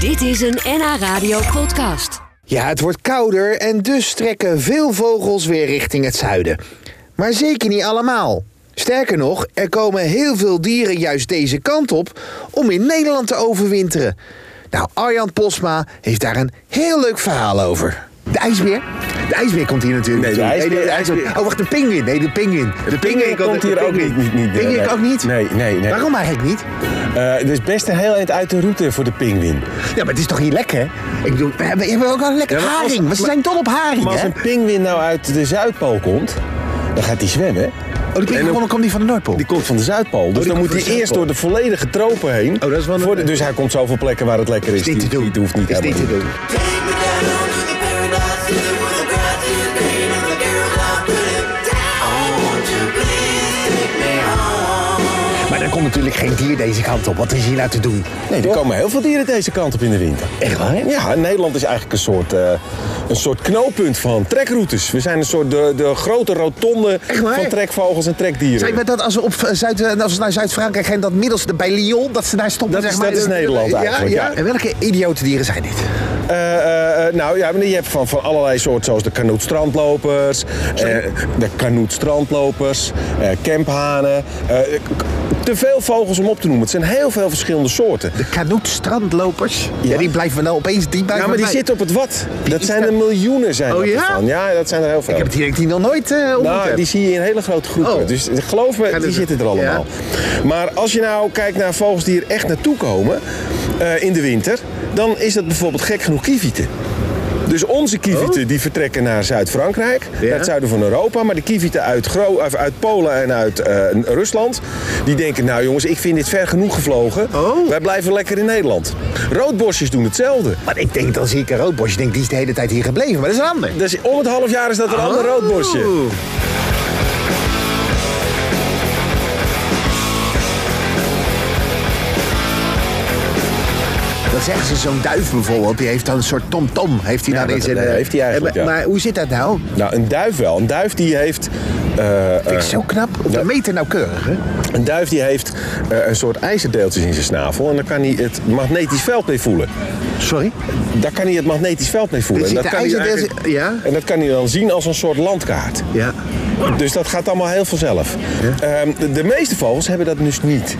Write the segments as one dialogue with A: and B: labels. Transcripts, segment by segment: A: Dit is een NH Radio podcast.
B: Ja, het wordt kouder en dus trekken veel vogels weer richting het zuiden. Maar zeker niet allemaal. Sterker nog, er komen heel veel dieren juist deze kant op om in Nederland te overwinteren. Nou, Arjan Posma heeft daar een heel leuk verhaal over. De ijsbeer? De ijsbeer komt hier natuurlijk.
C: Nee, de
B: naartoe.
C: ijsbeer- ijsbeer-
B: Oh, wacht, de pinguïn. Nee, de pinguïn. De
C: pinguïn komt hier ook niet- niet- niet-
B: Pinguïn
C: nee.
B: ook niet?
C: Nee, nee, nee.
B: Waarom eigenlijk niet?
C: Eh, het is best een heel eind uit de route voor de pinguïn.
B: Ja, maar het is toch hier lekker? Ik bedoel, we hebben, we hebben ook al lekker
C: Ja, maar als-
B: haring. Maar ze
C: maar-
B: zijn dol op haring,
C: Maar als
B: hè?
C: een pinguïn nou uit de Zuidpool komt, dan gaat hij zwemmen.
B: Oh, die
C: En dan-
B: pinguïn komt niet van de Noordpool.
C: Die komt van de Zuidpool. Dus
B: Oh, die
C: dan
B: komt
C: moet
B: van
C: hij
B: de
C: eerst door
B: Zuidpool. Oh,
C: de volledige tropen heen.
B: dat is wel een-
C: Voor de- dus hij komt zoveel plekken waar het lekker is.
B: Is dit te
C: Die-
B: doen?
C: die hoeft niet
B: Is dit te
C: helemaal-
B: doen?
D: Take me down to the paradise city with the grass is green and the girls are pretty. Down, won't you please take me home?
B: Maar er komt natuurlijk geen dier deze kant op. Wat is hier nou te doen?
C: Nee, er komen heel veel dieren deze kant op in de winter.
B: Echt waar, hè?
C: Ja, Nederland is eigenlijk een soort, eh, een soort knooppunt van trekroutes. We zijn een soort de, de grote rotonde
B: Echt waar?
C: van trekvogels en trekdieren.
B: Zeg maar dat als we, op eh, Zuid, eh, als we naar Zuid-Frankrijk gaan, dat middels de, bij Lyon, dat ze daar stoppen.
C: Dat is-
B: zeg maar.
C: dat is
B: Eh,
C: Nederland
B: ja,
C: eigenlijk, ja.
B: En welke idiote dieren zijn dit?
C: Eh, eh, eh, nou ja, maar je hebt van, van allerlei soorten, zoals de kanoetstrandlopers, eh de kanoetstrandlopers, eh kemphanen. eh, k- te veel vogels om op te noemen. Het zijn heel veel verschillende soorten.
B: De kanoetstrandlopers. Ja. die blijven wel opeens die blijven
C: Ja, maar die
B: bij.
C: zitten op het wat. Dat
B: is
C: zijn
B: dat?
C: er miljoenen zijn
B: Oh,
C: dat
B: ja?
C: ervan. Ja, dat zijn er heel veel.
B: Ik heb het hier denk ik nog nooit eh ontmoet.
C: Nou,
B: hè.
C: die zie je in hele grote groepen.
B: Oh.
C: Dus geloof me,
B: Gaan
C: die
B: dus-
C: zitten er allemaal. Maar als je nou kijkt naar vogels die er echt naartoe komen eh, in de winter, dan is dat bijvoorbeeld gek genoeg kievieten. Dus onze kievieten die vertrekken naar Zuid-Frankrijk,
B: Oh. Ja.
C: naar het zuiden van Europa. Maar de kievieten uit, Gro- of uit Polen en uit eh, Rusland, die denken... nou jongens, ik vind dit ver genoeg gevlogen.
B: Oh.
C: Wij blijven lekker in Nederland. Roodborstjes doen hetzelfde.
B: Maar ik denk, dan zie ik een roodbosje. Ik denk, die is de hele tijd hier gebleven. Maar dat is een ander.
C: Dus om het half jaar is dat een ander
B: Oh.
C: roodborstje.
B: Dan zeggen ze, zo'n duif bijvoorbeeld, die heeft dan een soort tom-tom. Heeft hij
C: Ja,
B: nou
C: dat-
B: in zijn,
C: dat
B: eh,
C: heeft hij eigenlijk,
B: eh,
C: ja.
B: maar, maar hoe zit dat nou?
C: Nou, een duif wel. Een duif die heeft... eh, eh,
B: Zo knap. Op de meter nauwkeurig, hè?
C: Een duif die heeft eh, een soort ijzerdeeltjes in zijn snavel en dan kan hij het magnetisch veld mee voelen.
B: Sorry?
C: Daar kan hij het magnetisch veld mee voelen.
B: Er
C: En dat,
B: zitten
C: kan hij
B: ijzerdeeltjes-
C: eigenlijk-
B: ja?
C: en dat kan hij dan zien als een soort landkaart.
B: Ja.
C: Dus dat gaat allemaal heel vanzelf. Ehm, de, de meeste vogels hebben dat dus niet.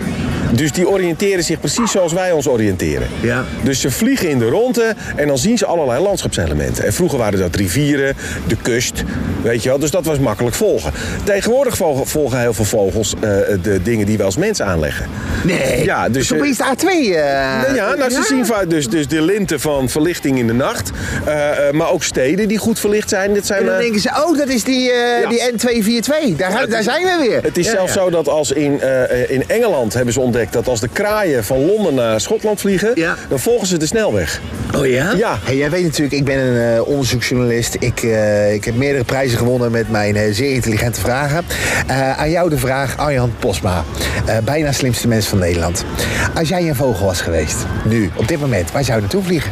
C: Dus die oriënteren zich precies zoals wij ons oriënteren.
B: Ja.
C: Dus ze vliegen in de ronde en dan zien ze allerlei landschapselementen. En vroeger waren dat rivieren, de kust, weet je wel. Dus dat was makkelijk volgen. Tegenwoordig volgen, volgen heel veel vogels eh, de dingen die wij als mens aanleggen.
B: Nee.
C: Ja, dus,
B: Toen
C: eh,
B: is de A2. eh,
C: Nou ja, nou, ze zien vaak dus, dus de linten van verlichting in de nacht. eh, eh, maar ook steden die goed verlicht zijn. Dit zijn
B: En dan
C: eh,
B: denken ze, oh, dat is die, eh,
C: Ja.
B: die N242. Daar, daar zijn we weer.
C: Het is
B: Ja,
C: zelfs
B: ja.
C: zo dat als in, eh, in Engeland hebben ze ontdekt dat als de kraaien van Londen naar Schotland vliegen,
B: Ja.
C: dan volgen ze de snelweg.
B: Oh ja?
C: Ja.
B: Hey, jij weet natuurlijk, ik ben een eh, onderzoeksjournalist. Ik, eh, ik heb meerdere prijzen gewonnen met mijn eh, zeer intelligente vragen. Eh, aan jou de vraag, Arjan Posma. eh, bijna slimste mens van Nederland. Als jij een vogel was geweest, nu, op dit moment, waar zou je naartoe vliegen?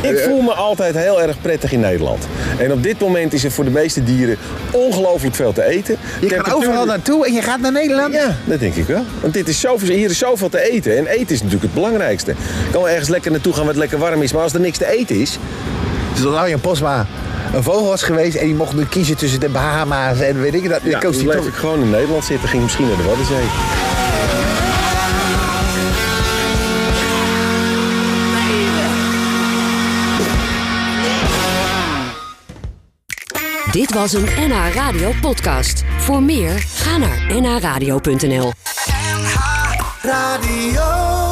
C: Ik
B: Eh,
C: voel me altijd heel erg prettig in Nederland. En op dit moment is er voor de meeste dieren ongelooflijk veel te eten.
B: Je gaat
C: Temperatuur-
B: overal naartoe en je gaat naar Nederland?
C: Ja, dat denk ik wel. Want dit is zoveel, hier is zoveel te eten. En eten is natuurlijk het belangrijkste. Je kan wel ergens lekker naartoe gaan waar het lekker warm is. Maar als er niks te eten is,
B: Dus als Arjan Posma een vogel was geweest en die mocht nu kiezen tussen de Bahama's en weet ik dat.
C: ja, dan
B: koos hij
C: bleef
B: toch.
C: ik gewoon in Nederland zitten. Ging misschien naar de Waddenzee.
A: Dit was een NH Radio podcast. Voor meer, ga naar nhradio.nl.
D: NH Radio.